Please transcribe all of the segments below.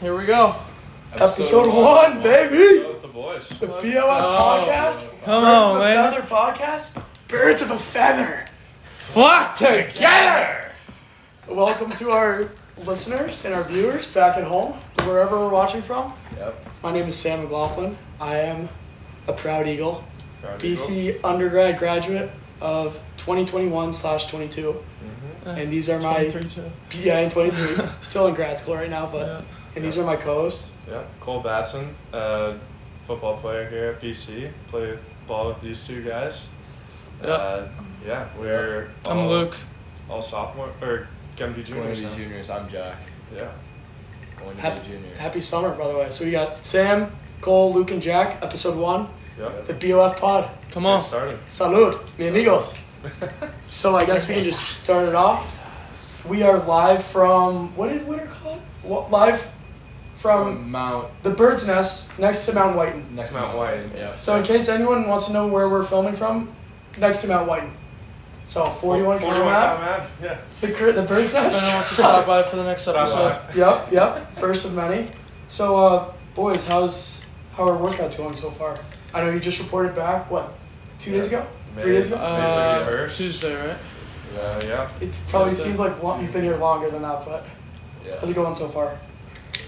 Here we go. Episode one, baby! With the Oh. boys. The Let's BOF go. podcast. Come Birds Oh, on, of a man. Feather podcast. Birds of a feather. Flock together. Welcome to our listeners and our viewers back at home, wherever we're watching from. Yep. My name is Sam McLaughlin. I am a proud Eagle, Proud Eagle. BC undergrad graduate of 2021 slash 22. Mm-hmm. And these are my Three, two. yeah, in 23. Still in grad school right now, but Yeah. and these are my co-hosts. Yeah. Cole Batson, uh, football player here at BC. Play ball with these two guys. Yep. Uh, yeah. We're. I'm all, Luke. All sophomore or gonna be Going juniors. to be now. juniors. I'm Jack. Yeah. Going to Happy, be junior. happy summer, by the way. So we got Sam, Cole, Luke, and Jack, episode one, Yep. the BOF pod. Come on. Started. Salud, mi amigos. So I guess we can just start it off. We are live from what did winter call it? What, live from From Mount the bird's nest next to Mount Whiten. next Mount White. Yeah. So in case anyone wants to know where we're filming from, next to Mount Whiten. So 41 county map. Yeah. The, cur- the bird's If anyone nest. wants to stop by for the next Stop episode, by. yep, yep. First of many. So, uh, boys, how's how are workouts going so far? I know you just reported back. What, two days Yeah. ago? Three days ago? May- May uh, 31st. Tuesday, right? Uh, yeah. It probably Tuesday. seems like lo- you've been here longer than that, but how's Yeah. it going so far?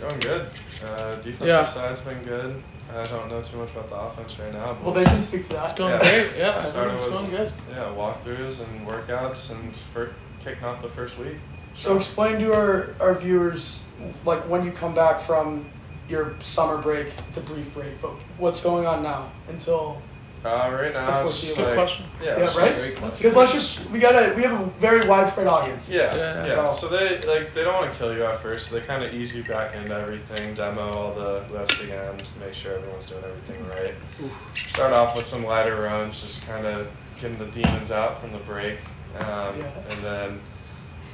Going good. Uh, defensive Yeah. side's been good. I don't know too much about the offense right now. But Well, they can speak to that. It's going Yeah. great. Yeah, Started everything's with- going good. Yeah, walkthroughs and workouts and fir- kicking off the first week. So explain to our, our viewers, like when you come back from your summer break. It's a brief break, but what's going on now until? Uh, right The now, full it's just Good like- question. Yeah, Yeah, it's right? just- Because let's just we gotta we have a very widespread audience. Yeah, Yeah. yeah. So- So. they like they don't want to kill you at first. So they kind of ease you back into everything, demo all the lifts again, just make sure everyone's doing everything right. Start off with some lighter runs, just kind of getting the demons out from the break, um, Yeah. and then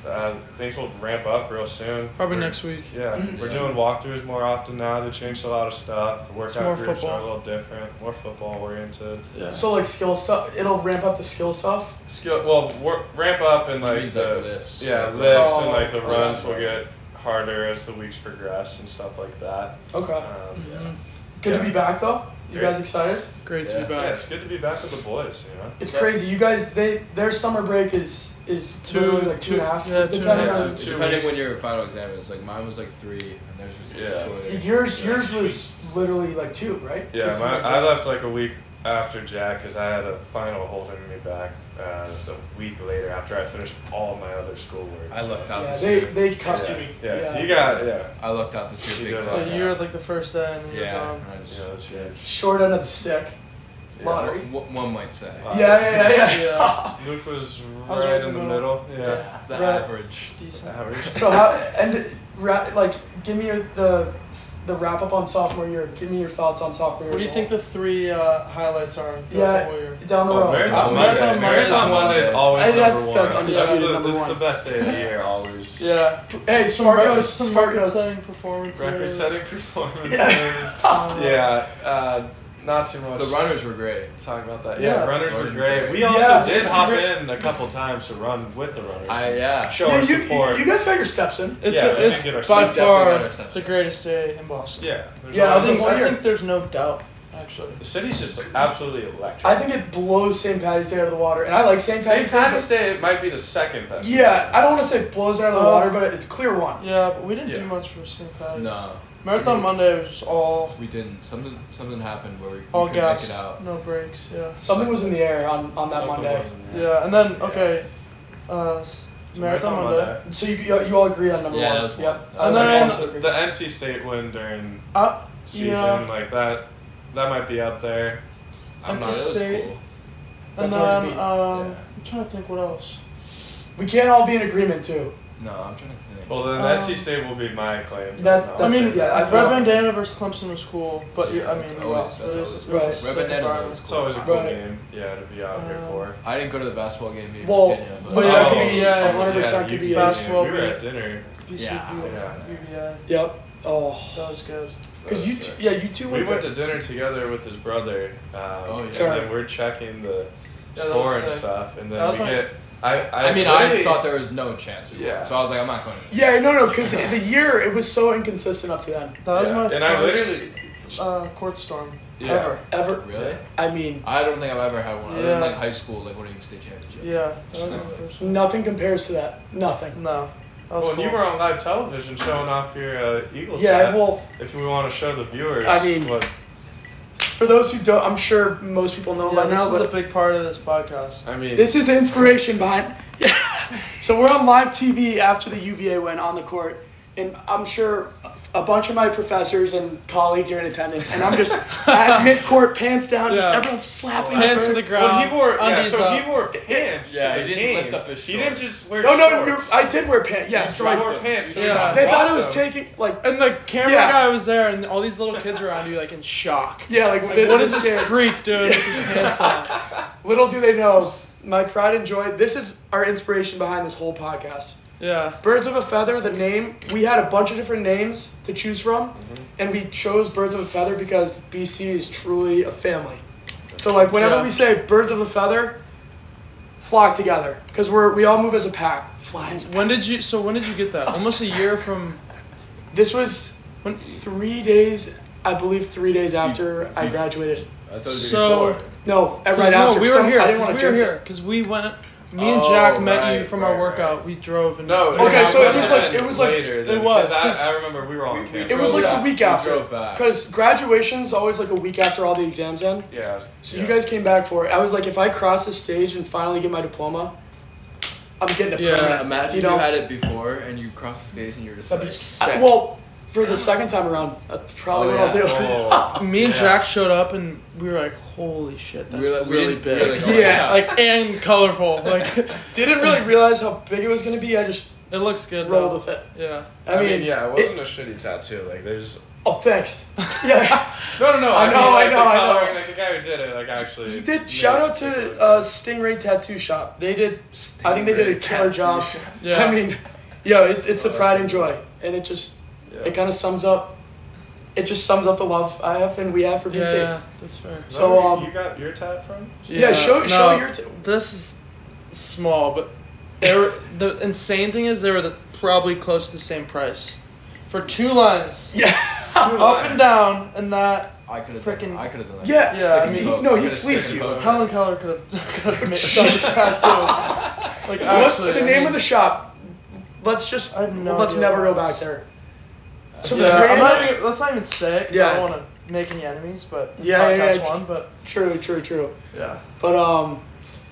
uh, things will ramp up real soon. Probably We're- next week. Yeah, we're doing walkthroughs more often now. They changed a lot of stuff. The workout more groups are football. a little different, more football oriented. Yeah. So like skill stuff, it'll ramp up the skill stuff. skill well wor- ramp up and like Means the like lifts. yeah Like lifts lifts. and like the Oh. runs will get harder as the weeks progress and stuff like that. Okay. Um, Yeah. Good to yeah. be back though. You Great. guys excited? Mm-hmm. Great to Yeah. be yeah, back. it's good to be back with the boys. You know, It's Yeah. crazy. You guys, they their summer break is is Two- literally like two two- and a half. yeah, two and a depending half, on- two- Depending weeks. when your final exam is, like mine was like three, and theirs was Yeah. shorter. Yours Yeah. yours was literally like two, right? yeah. Just My, like- I left like a week after Jack because I had a final holding me back uh, a week later after I finished all my other schoolwork. I lucked out Yeah, this they year. they cut Yeah, to me. yeah, you got yeah. I lucked out this You year big did Yeah, well. time. you were like the first day, and then you're Yeah. gone. I Yeah, just- that's huge. Short end of the stick. Yeah. Uh, Lottery. One- one- One might say. Wow. Yeah, yeah, yeah. yeah. Yeah. Luke was I was right in the middle. Yeah. The Right. average. Decent. Average. So how and ra- like give me your, the the wrap up on sophomore year. Give me your thoughts on sophomore year. What do you as think well. the three uh, highlights are throughout the whole year? yeah, down the Oh, road. Marathon Oh, Monday. Marathon Monday. Marathon Monday is always I- number that's- one. that's undisputed, the, number it's one. the best day of the year, always. Yeah. Hey, smart notes. some Smart record notes. setting performances. Record setting performances. Yeah. Yeah, Um, uh, not too much. The runners were great. Talk about that. Yeah. Yeah, runners were Runners were great. great. We also Yeah, did it's hop great- in a couple times to run with the runners. I yeah. show You, our you, support. you guys got your steps in. It's, Yeah, we didn't it's get our by steps. We definitely got far our steps. the greatest day in Boston. yeah. there's Yeah, always- I think, one I year. think there's no doubt, actually. the city's just absolutely electric. I think it blows St. Patty's Day out of the water, and I like St. St. Patty's Day. Patrick's but- Day it might be the second best. Yeah, I don't want to say blows it out of Oh. the Uh, water, but it's clear one. Yeah, but we didn't do Yeah. much for St. Patrick's. No, Marathon Monday was all we didn't. Something something happened where we, we all couldn't gas, make it out. no breaks. Yeah. Something was in the air on, on that Something Monday. was in there. Yeah, and then Yeah. okay, uh, s- So Marathon, Monday. So you, you, you all agree on number Yeah, one. that was one. Yep. And I was like, then- also agree. The NC State win during Uh, season yeah, like that, that might be up there. I'm NC not. It was State. cool. and That's hard then to um, beat. Yeah. I'm trying to think what else. we can't all be in agreement too. No, I'm trying to think. Well, then Um, NC State will be my claim. That's- No, I that's- mean, yeah, I Red thought- Bandana versus Clemson was cool, but yeah, Yeah, I mean, it's we always- lost. that's It was, always- it was a Right. sick Red Bandana's environment. always it's always a cool. cool Right. game, yeah, to be out here Uh, for. I didn't go to the basketball game here Well, in Virginia, but, but yeah, Oh, could be yeah, 100% you- could be you- a, best. basketball We were game. at dinner. BC, Yeah. yeah. UVA, Yep. Oh, that was good. because you two, yeah, you two We went. went to dinner together with his brother. Um, Oh, yeah. And Sure. then we're checking the Yeah, that was score and sick. stuff, and That then was we my- get I I, I mean, I really- thought there was no chance. We Yeah. yeah. So I was like, I'm not going. to this. Yeah, no, no, because the year it was so inconsistent up to then. That was yeah. my and first I literally uh, court storm Yeah. ever. Ever, Really? I mean, I don't think I've ever had one. Other than Yeah. like high school, like winning state championship. Yeah, that was my first one. nothing compares to that. Nothing. No, that was Well, cool. you were on live television showing off your uh, Eagles. Yeah, hat, well, if we want to show the viewers, I mean, what for those who don't, I'm sure most people know yeah, by now, this is but a big part of this podcast. I mean, This is the inspiration behind. Yeah. So we're on live TV after the UVA win on the court, and I'm sure a bunch of my professors and colleagues are in attendance, and I'm just at mid court, pants down, just Yeah. everyone's slapping. Pants to her. the ground. Well, he wore yeah, Undies so up. he wore pants. Yeah, to he the didn't game. lift up his He didn't shorts. just wear. No, no, you're, shorts. I did wear pants. Yeah, so he I wore did. pants. Yeah. He They thought dropped it was them. taking like And the camera Yeah. guy was there, and all these little kids around you, like in shock. yeah, like, What is this freak doing with his pants on? Little do they know, my pride and joy. This is our inspiration behind this whole podcast. Yeah. Birds of a Feather, the name, we had a bunch of different names to choose from, Mm-hmm. and we chose Birds of a Feather because BC is truly a family. So, like, whenever Yeah. we say Birds of a Feather, flock together because we're we all move as a pack. Fly as a pack. When did you? So when did you get that? Almost a year from. This was When, three days, I believe, three days after I you- graduated. I thought it was So- before. No, uh, 'cause right after. no, we some- were here. I didn't 'cause want to we were jinx it. here because we went. Me and Oh, Jack met you right, from right, our workout. We drove and. No. Okay, it so it was must've like- been it was like- later. than- it was, because I- 'cause I remember we were on camera. It was like the back. week We after drove back. because graduation's always like a week after all the exams end. Yeah. So you guys came back for it. I was like, if I cross the stage and finally get my diploma, I'm getting a Yeah, permanent. Imagine you you, know, had it before and you crossed the stage and you're just that'd be like, sick. Well, for the second time around, that's probably Oh, what yeah. I'll do. Oh. Me and Yeah. Jack showed up and we were like, "Holy shit, that's We were like- we really didn't- big!" we were like, oh, yeah, yeah. like and colorful. Like Didn't really realize how big it was gonna be. I just it looks good. rolled Though. with it. Yeah. I, I mean, mean, yeah, it wasn't a shitty tattoo. Like, there's. Oh, thanks. Yeah, No, no, no. I mean, know, like, I the know, I know. coloring, Like the guy who did it, like actually. he did. made Shout it out look to good. uh, Stingray Tattoo Shop. They did. I think they did a Stingray killer job. Tattoo Yeah. I mean, yo, it's it's the Oh, pride that's and joy, and it just Yeah. it kind of sums up. It just sums up the love I have and we have for BC. Yeah, yeah, that's fair. Is that so, where you- um, you got your tat from? Yeah, show- show your t- this is small, but they were the insane thing is they were the, probably close to the same price. For two lines, Yeah. up and down, and that I could have done Frickin- that. I could have done that. Yeah. Yeah, I Stick mean, and he- poke. no, I he could've stick fleeced and you. poke. Helen Keller could have could have made done this tattoo. Like What's actually, the I name of mean, the shop? Let's just I have no let's idea never what go it back is. there. Yeah, I'm not even, let's not even say it 'cause I Yeah. don't want to make any enemies, but Yeah, yeah, podcast yeah. one, but True, true, true. yeah. But um,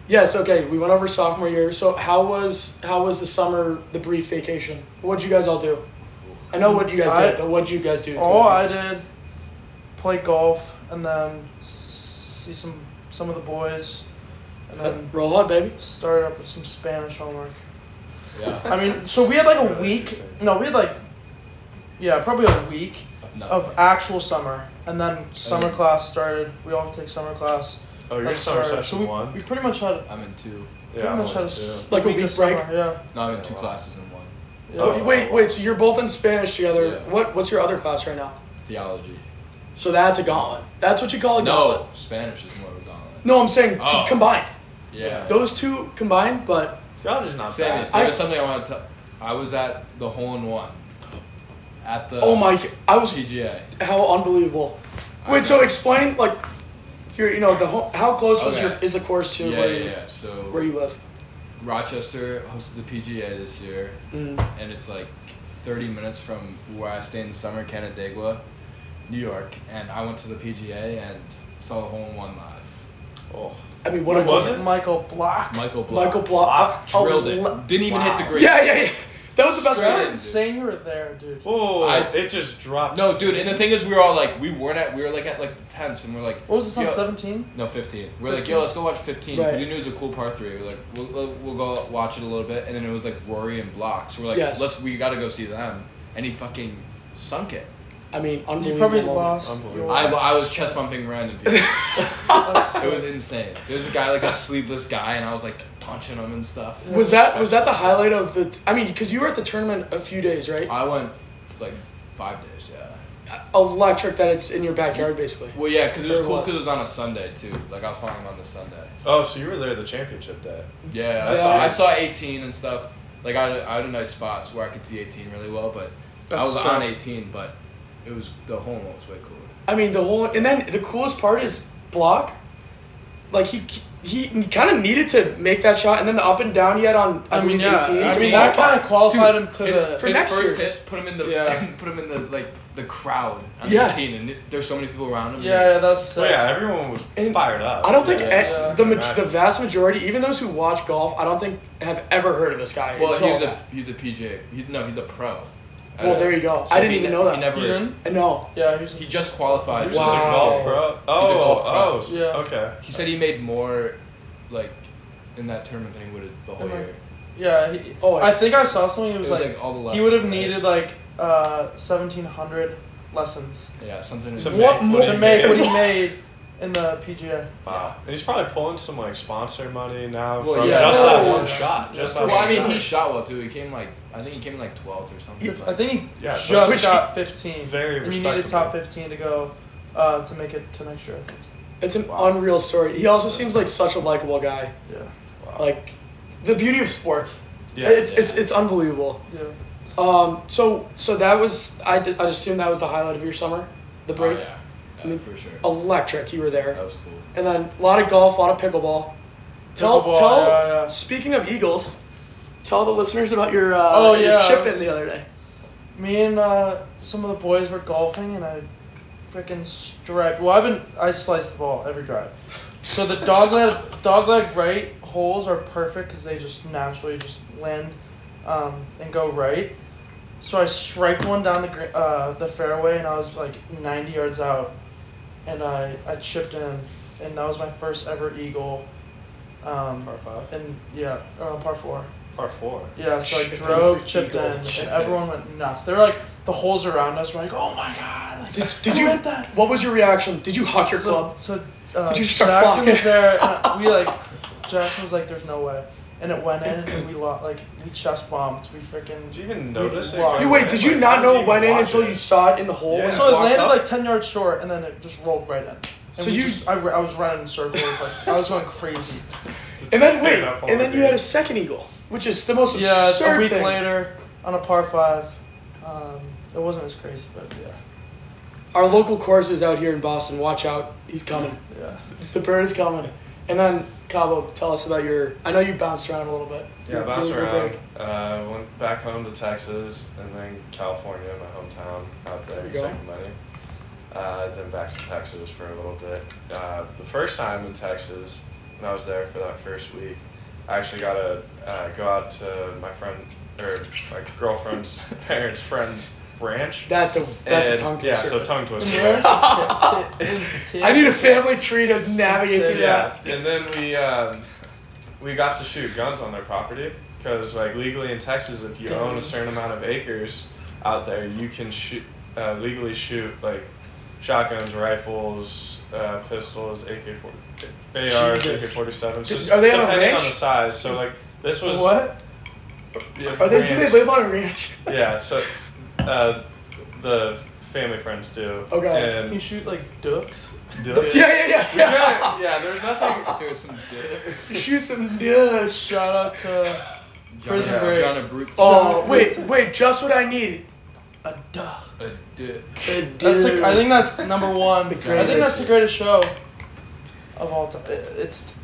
yes, okay. We went over sophomore year. So how was how was the summer? The brief vacation. What'd you guys all do? I know what you guys I- Oh, did, but what'd you guys do? All I did, play golf, and then s- see some some of the boys, and Uh, then roll hard, baby. started up with some Spanish homework. Yeah. I mean, so we had like a Really week. interesting. No, we had like, yeah, probably a week Of nothing. of actual summer, and then summer Okay. class started. We all take summer class. Oh, your That summer started- session so we, one. we pretty much had I'm in two. pretty I'm much on had a, it, s- too. Like a week of break? summer, Yeah. No, I'm in two Yeah. classes in one. yeah. Oh, wait, wait. So you're both in Spanish together. Yeah. What what's your other class right now? Theology. So that's a gauntlet. That's what you call a gauntlet. No, Spanish is more of a gauntlet. Oh, No, I'm saying to Oh. combine Yeah. those two combined, but Y'all just not Sammy, bad. there I- was something I wanted to. I was at the hole in one. At the. oh my! g- I was PGA. How unbelievable! Wait, so explain like, your you know the whole, how close was Okay. your is the course to Yeah, where yeah, you yeah. So where you live? Rochester hosted the PGA this year, and it's like 30 minutes from where I stay in the summer, Canandaigua, New York. And I went to the PGA and saw the hole in one live. Oh. I mean, what What a was moment. it? Michael Block. Michael Block. Michael Block uh, Ah, drilled a it. le- Didn't even hit the Wow. green. Yeah, yeah, yeah. That was the best. Straight Part. in. That's insane. You were there, dude. Whoa! I- Oh, it just dropped. No, dude. And the thing is, we were all like, we weren't at. We were like at like the tents, and we're like. What was this on yo- seventeen? No, 15. We're like, yo, let's go watch 15. Right. We knew it was a cool par three. We We're like, we'll, we'll- we'll go watch it a little bit. And then it was like Rory and Block. So we're like, Yes. let's, we gotta go see them. And he fucking sunk it. I mean, unbelievable. You probably moment. lost. Unbelievable. Your, I, I was chest bumping random people. that's- it was insane. There was a guy, like a sleeveless guy, and I was like punching him and stuff. Was that was that the highlight of the? T- I mean, because you were at the tournament a few days, right? I went like five days, yeah. electric that it's in your backyard, basically. Well, yeah, because it was Or cool was. because it was on a Sunday too. Like I was following him on the Sunday. Oh, so you were there the championship day. Yeah, I Yeah. saw I saw 18 and stuff. Like I, I had a nice spots where I could see 18 really well, but I That's was so- on 18, but it was the home run was way cooler. I mean, the whole and then the coolest part is block. Like he he kind of needed to make that shot, and then the up and down he had on. I, I mean, mean, yeah, 18, I mean, Dude, that kind of qualified dude, him to his, the. for his next first year's. hit, put him in the Yeah. put him in the like the crowd on Yes. 18, and it- there's so many people around him. Yeah, yeah, that's. So Oh, yeah, everyone was And fired up. I don't think Yeah, eh, yeah. the ma- Right. the vast majority, even those who watch golf, I don't think have ever heard of this guy. Well, until he's a that. he's a PJ. He's no, he's a pro. Uh, well, there you go. So I didn't he even ne- know that. He never. You didn't? No, Yeah, he's. He just qualified. He was for just a the Wow. golf PGA. pro. He's a Oh, golf pro. oh, so- Yeah. Okay. He said he made more, like, in that tournament than he would have the whole Am I- year. Yeah. He, oh, Oh, I- I think I saw something. He It was, was like, like, all the lessons. he would have right? needed like uh, seventeen hundred lessons. Yeah, something. To insane. what make more what to he make made. what he made in the PGA? Wow. And he's probably pulling some like sponsor money now Well, from yeah. just that Oh, yeah. one shot. Just that Well, one I mean, shot. he shot well too. He came like I think he came in like 12th or something. He, like- I think he Yeah, that's- just Which got fifteen. very and you needed top respectable. fifteen to go uh, to make it to next year. I think. it's an Wow. unreal story. He also seems like such a likable guy. Yeah. Wow. Like the beauty of sports. yeah. it's, yeah. it's it's unbelievable. Yeah. Um, so so that was I did, I assume that was the highlight of your summer, the Oh, break. yeah, I mean- oh. yeah, for sure. Electric, you were That there, was cool. and then a lot of golf, a lot of pickleball. Tell Pickleball, tell. yeah, yeah. Speaking of Eagles, tell the listeners about your uh, Oh, your yeah, chip I was- in the other day. Me and uh, some of the boys were golfing, and I freaking striped. Well, I've been I slice the ball every drive. So the dog leg dog leg right holes are perfect because they just naturally just land um, and go right. So I striped one down the gr- uh, the fairway, and I was like ninety yards out, and I I chipped in, and that was my first ever eagle. Um, par five, and yeah, uh, par four. par four. Yeah, so I Chipped in for drove, chipped Eagle. in, Chipped and everyone went nuts. They were like, the holes around us were like, oh my god. Like, Did, did who you? hit that? What was your reaction? Did you huck your so, club? So uh, Did you start Jackson flocking? was there, and we like, Jackson was like, there's no way. And it went in, and we lost, like, we chest bumped. We freaking. Did you even notice it? lost. going You wait. in? Did you Like, not how know did it went in watch until it? you saw it in the hole? Yeah. and So it walked landed up? like 10 yards short, and then it just rolled right in. And So we you- just, I, ra- I was running in circles, like, I was going crazy. And then wait, That part and then of you it. had a second eagle, which is the most Yeah, absurd a week thing. later, on a par five, um, it wasn't as crazy, but yeah. Our local course is out here in Boston. Watch out, he's coming. Yeah. The bird is coming. And then Cabo, tell us about your. I know you bounced around a little bit. Yeah, Your- bounced your- your around. break. Uh, went back home to Texas and then California, my hometown, out There there you in go. Sacramento. Uh, then back to Texas for a little bit. Uh, the first time in Texas, when I was there for that first week, I actually got to uh, go out to my friend or my girlfriend's parents' friend's ranch. That's a that's a And- tongue Yeah, twister. so tongue twister. right? I I need a family tree to navigate through that. yeah. And then we um, we got to shoot guns on their property because like legally in Texas, if you own a certain amount of acres out there, you can shoot uh, legally shoot like shotguns, rifles, uh, pistols, AK forty. ARs, AK Jesus. 47s, Just- just are they on a depending ranch? on the size. So, like, this was. What? Yeah, Are they? Do they ranch. live on a ranch? Yeah, so uh, the family friends do. Okay. Can you And shoot like ducks? Ducks? Yeah, yeah, yeah. we yeah. couldn't- yeah, there's nothing. There was some dips. Shoot some dudes. Shout out to Prison John, Break. John Abruzzo. Oh wait, wait, just what I need. a duck. A dip. That's like I think that's number one. I think that's the greatest. greatest show of all time. It's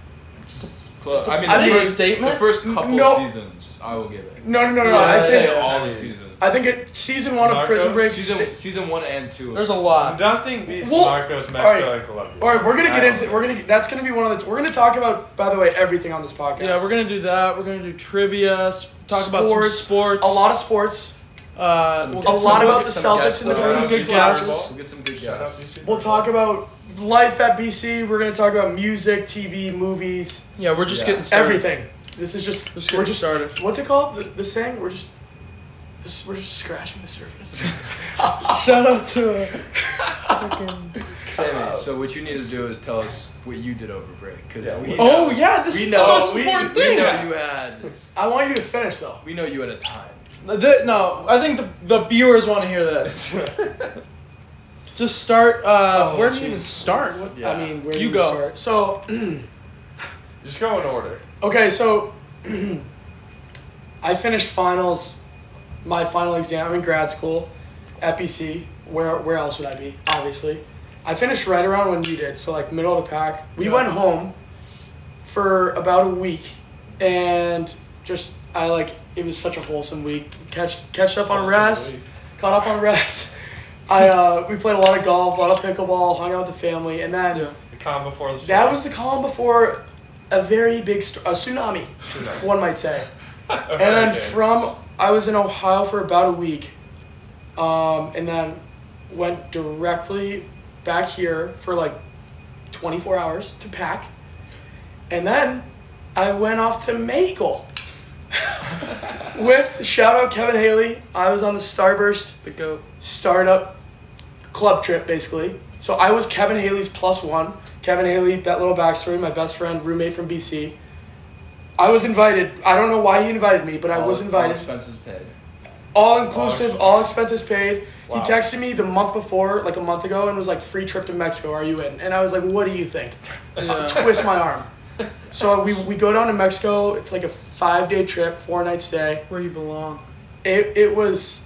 Just close. I mean, I the think- first, statement? The first couple No. seasons, I will give it. No, no, no, no. Yeah, I I'd I'd say think say- all I- the seasons. I think it, season one of Prison Narcos? Break. season season one and two. there's a lot. Nothing beats Well, Narcos, Mexico, alright. and Colombia. All right, we're gonna get I into. don't- We're gonna. That's gonna be one of the. We're gonna talk about. By the way, everything on this podcast. Yeah, we're gonna do that. We're gonna do trivia. Sp- talk about some Sports, sports. A lot of sports. Uh, Some- we'll a get lot some- about we'll get the some Celtics guests and the on. Some We'll good get some guests. guests. uh, We'll get some good Shout out guests. BC. We'll talk about life at BC. We're gonna talk about music, TV, movies, Yeah, we're just Yeah. getting started. everything. This is just. Just we're getting just. started. What's it called? The, the saying? We're just. This, we're just scratching the surface. Shout out to. uh, freaking- Sammy, so what you need to do is tell us what you did over break, because Yeah, we oh know- yeah, this we is know- the most we- important We thing. know you had. I want you to finish though. We know you had a time. The- no, I think the, the viewers want to hear this. Just start. Uh, Oh, where do you jeez. even start? What, Yeah. I mean, where You do we go. start? So, Just go in order. okay, so I finished finals, my final exam in grad school at BC. Where, where else would I be? Obviously. I finished right around when you did, so like middle of the pack. We Yeah. went home for about a week and just, I like, it was such a wholesome week. Catch, catch up on Wholesome rest. week. caught up on rest. I uh, we played a lot of golf, a lot of pickleball, hung out with the family, and then Yeah. The calm before the that storm. was the calm before a very big st- a tsunami, Tsunami. one might say. A And then hurricane. from I was in Ohio for about a week, um, and then went directly back here for like 24 hours to pack, and then I went off to Maple. With shout out Kevin Haley, I was on the Starburst The goat. startup club trip basically. So I was Kevin Haley's plus one. Kevin Haley, bet little backstory, my best friend, roommate from BC. I was invited. I don't know why he invited me, but I was All invited. expenses paid. All inclusive, all expenses paid. He Wow. texted me the month before, like a month ago, and was like, free trip to Mexico, are you in? And I was like, what do you think? Yeah. Twist my arm. So we, we go down to Mexico. It's like a five day trip, four night stay. where you belong. It, it was.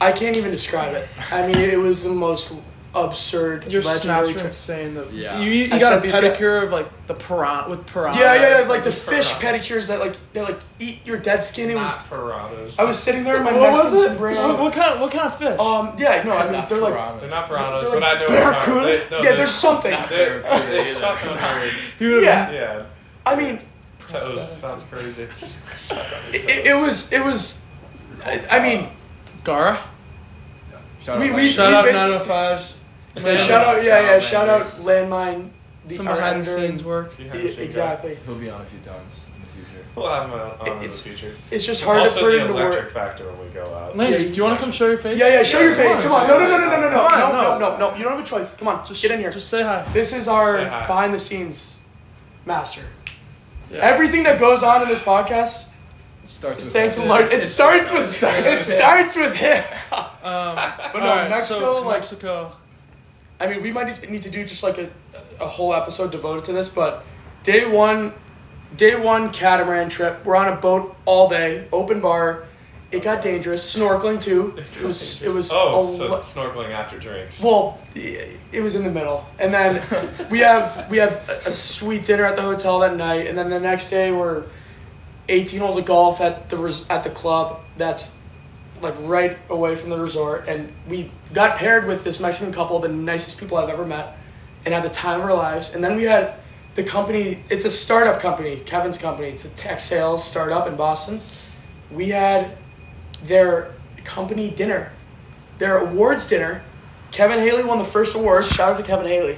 I can't even describe it. I mean, it was the most absurd. Your legendary snaps are trip. insane. The, Yeah. You, you I got a said these guys- pedicure of like the piran with piranhas. Yeah, yeah, yeah. Like the just fish piranha. pedicures that like they like eat your dead skin. It was. Not piranhas. I was sitting there in my What Mexican was it? sombrero. What, what kind? Of, what kind of fish? Um. Yeah. No. I mean, Not they're like. piranhas. They're not piranhas, They're but I like know barracuda. what you're talking about. They- no, yeah, they're- there's something. They're, Barracuda they either. suck on her. He would've- Yeah. Yeah, I mean, toes. Sounds crazy. it, it was. It was. I, I mean, Gara. Shout We- out we- Mike. Shout out basi- 905. yeah, Yeah. shout out. Yeah, yeah. Shout out Landers. landmine. The Some behind the Islander and- scenes work. Yeah, Behind the scenes guy. Exactly. He'll be on a few times in the future. We'll have him on on in the It's- future. It's just hard to also put the into electric words. factor when we go out. Lane, Yeah, do you want to come show your face? Yeah, yeah. Show your Come face. on, Come on. show No, no, no, your no, no, no, Come on, no, no. no, no, no. You don't have a choice. Come on. Just get in here. Just say hi. This is Say our hi. behind the scenes master. Yeah. Everything that goes on in this podcast, Starts with thanks to him. Lars, it starts with it starts- starts with him. Um, but no, Mexico, like- Mexico. I mean, we might need to do just like a, a whole episode devoted to this, but day one, day one catamaran trip. We're on a boat all day, open bar. It got dangerous. Snorkeling too. It was it was Oh, a so lo- snorkeling after drinks. Well, it was in the middle, and then we have we have a a sweet dinner at the hotel that night, and then the next day we're eighteen holes of golf at the res- at the club that's like right away from the resort, and we got paired with this Mexican couple, the nicest people I've ever met, and had the time of our lives, and then we had the company. It's a startup company, Kevin's company. It's a tech sales startup in Boston. We had their company dinner, their awards dinner. Kevin Haley won the first award. Shout out to Kevin Haley.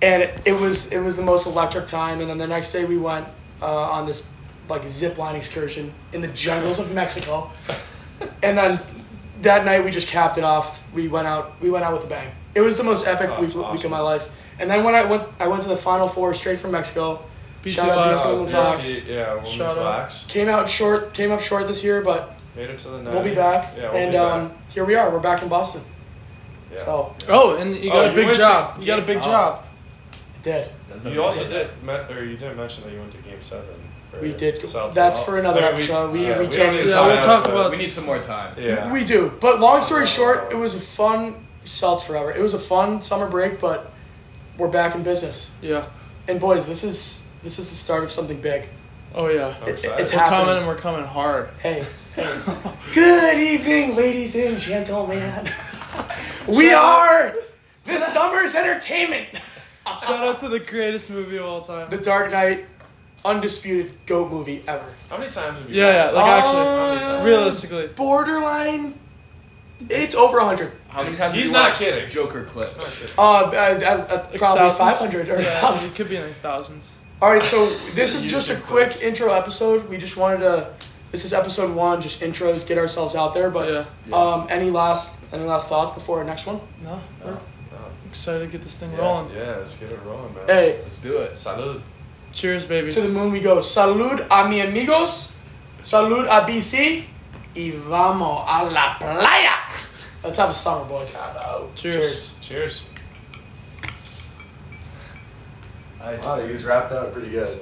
And it, it was it was the most electric time. And then the next day we went uh, on this like zip line excursion in the jungles of Mexico. And then that night we just capped it off. We went out we went out with a bang. It was the most epic Oh, week, that's week awesome. of my life. And then when I went I went to the final four straight from Mexico. BC Shout out Lions. BC Oh, Women's yeah, Locks. see- yeah, women's Shout out. locks. Came out short came up short this year, but Made it to the night. we'll be back. Yeah, we'll and be um, back. here we are. We're back in Boston. Yeah. So Oh, and you Oh, got a you big went to- job. you got a big Oh. job. I did. That's You not also bad. did, me- or you didn't mention that you went to Game Seven. For We did. Celtics. That's for another Yeah, episode. We- yeah, we don't can't need even to talk about- it, about- We need some more time. but- Yeah. We do. But long story short, it was a fun Celts forever. It was a fun summer break, but we're back in business. Yeah. And boys, this is this is the start of something big. Oh yeah. I'm It- excited. it's We're happening. coming and we're coming hard. Hey. hey. Good evening, ladies and gentlemen. we are this summer's entertainment. Shout out to the greatest movie of all time. The Dark Knight, undisputed goat movie ever. How many times have you? Yeah, yeah. watched Like that? actually, How many times? realistically, Borderline, it's over 100. How many times He's have you not watched kidding. Joker clip? Uh, uh, uh, probably thousands? 500 or Yeah, 1,000. It could be in the thousands. All right, so this is You just a can quick intro episode. We just wanted to. This is episode one, just intros, get ourselves out there. But Yeah. Yeah. um, any last any last thoughts before our next one? No, we're Oh, excited to get this thing yeah, rolling. Yeah, let's get it rolling, man. Hey, Let's do it. Salud. Cheers, baby. to the moon we go. Salud a mi amigos, salud a BC, y vamos a la playa. Let's have a summer, boys. Cheers. Cheers. Wow, you guys wrapped that up pretty good.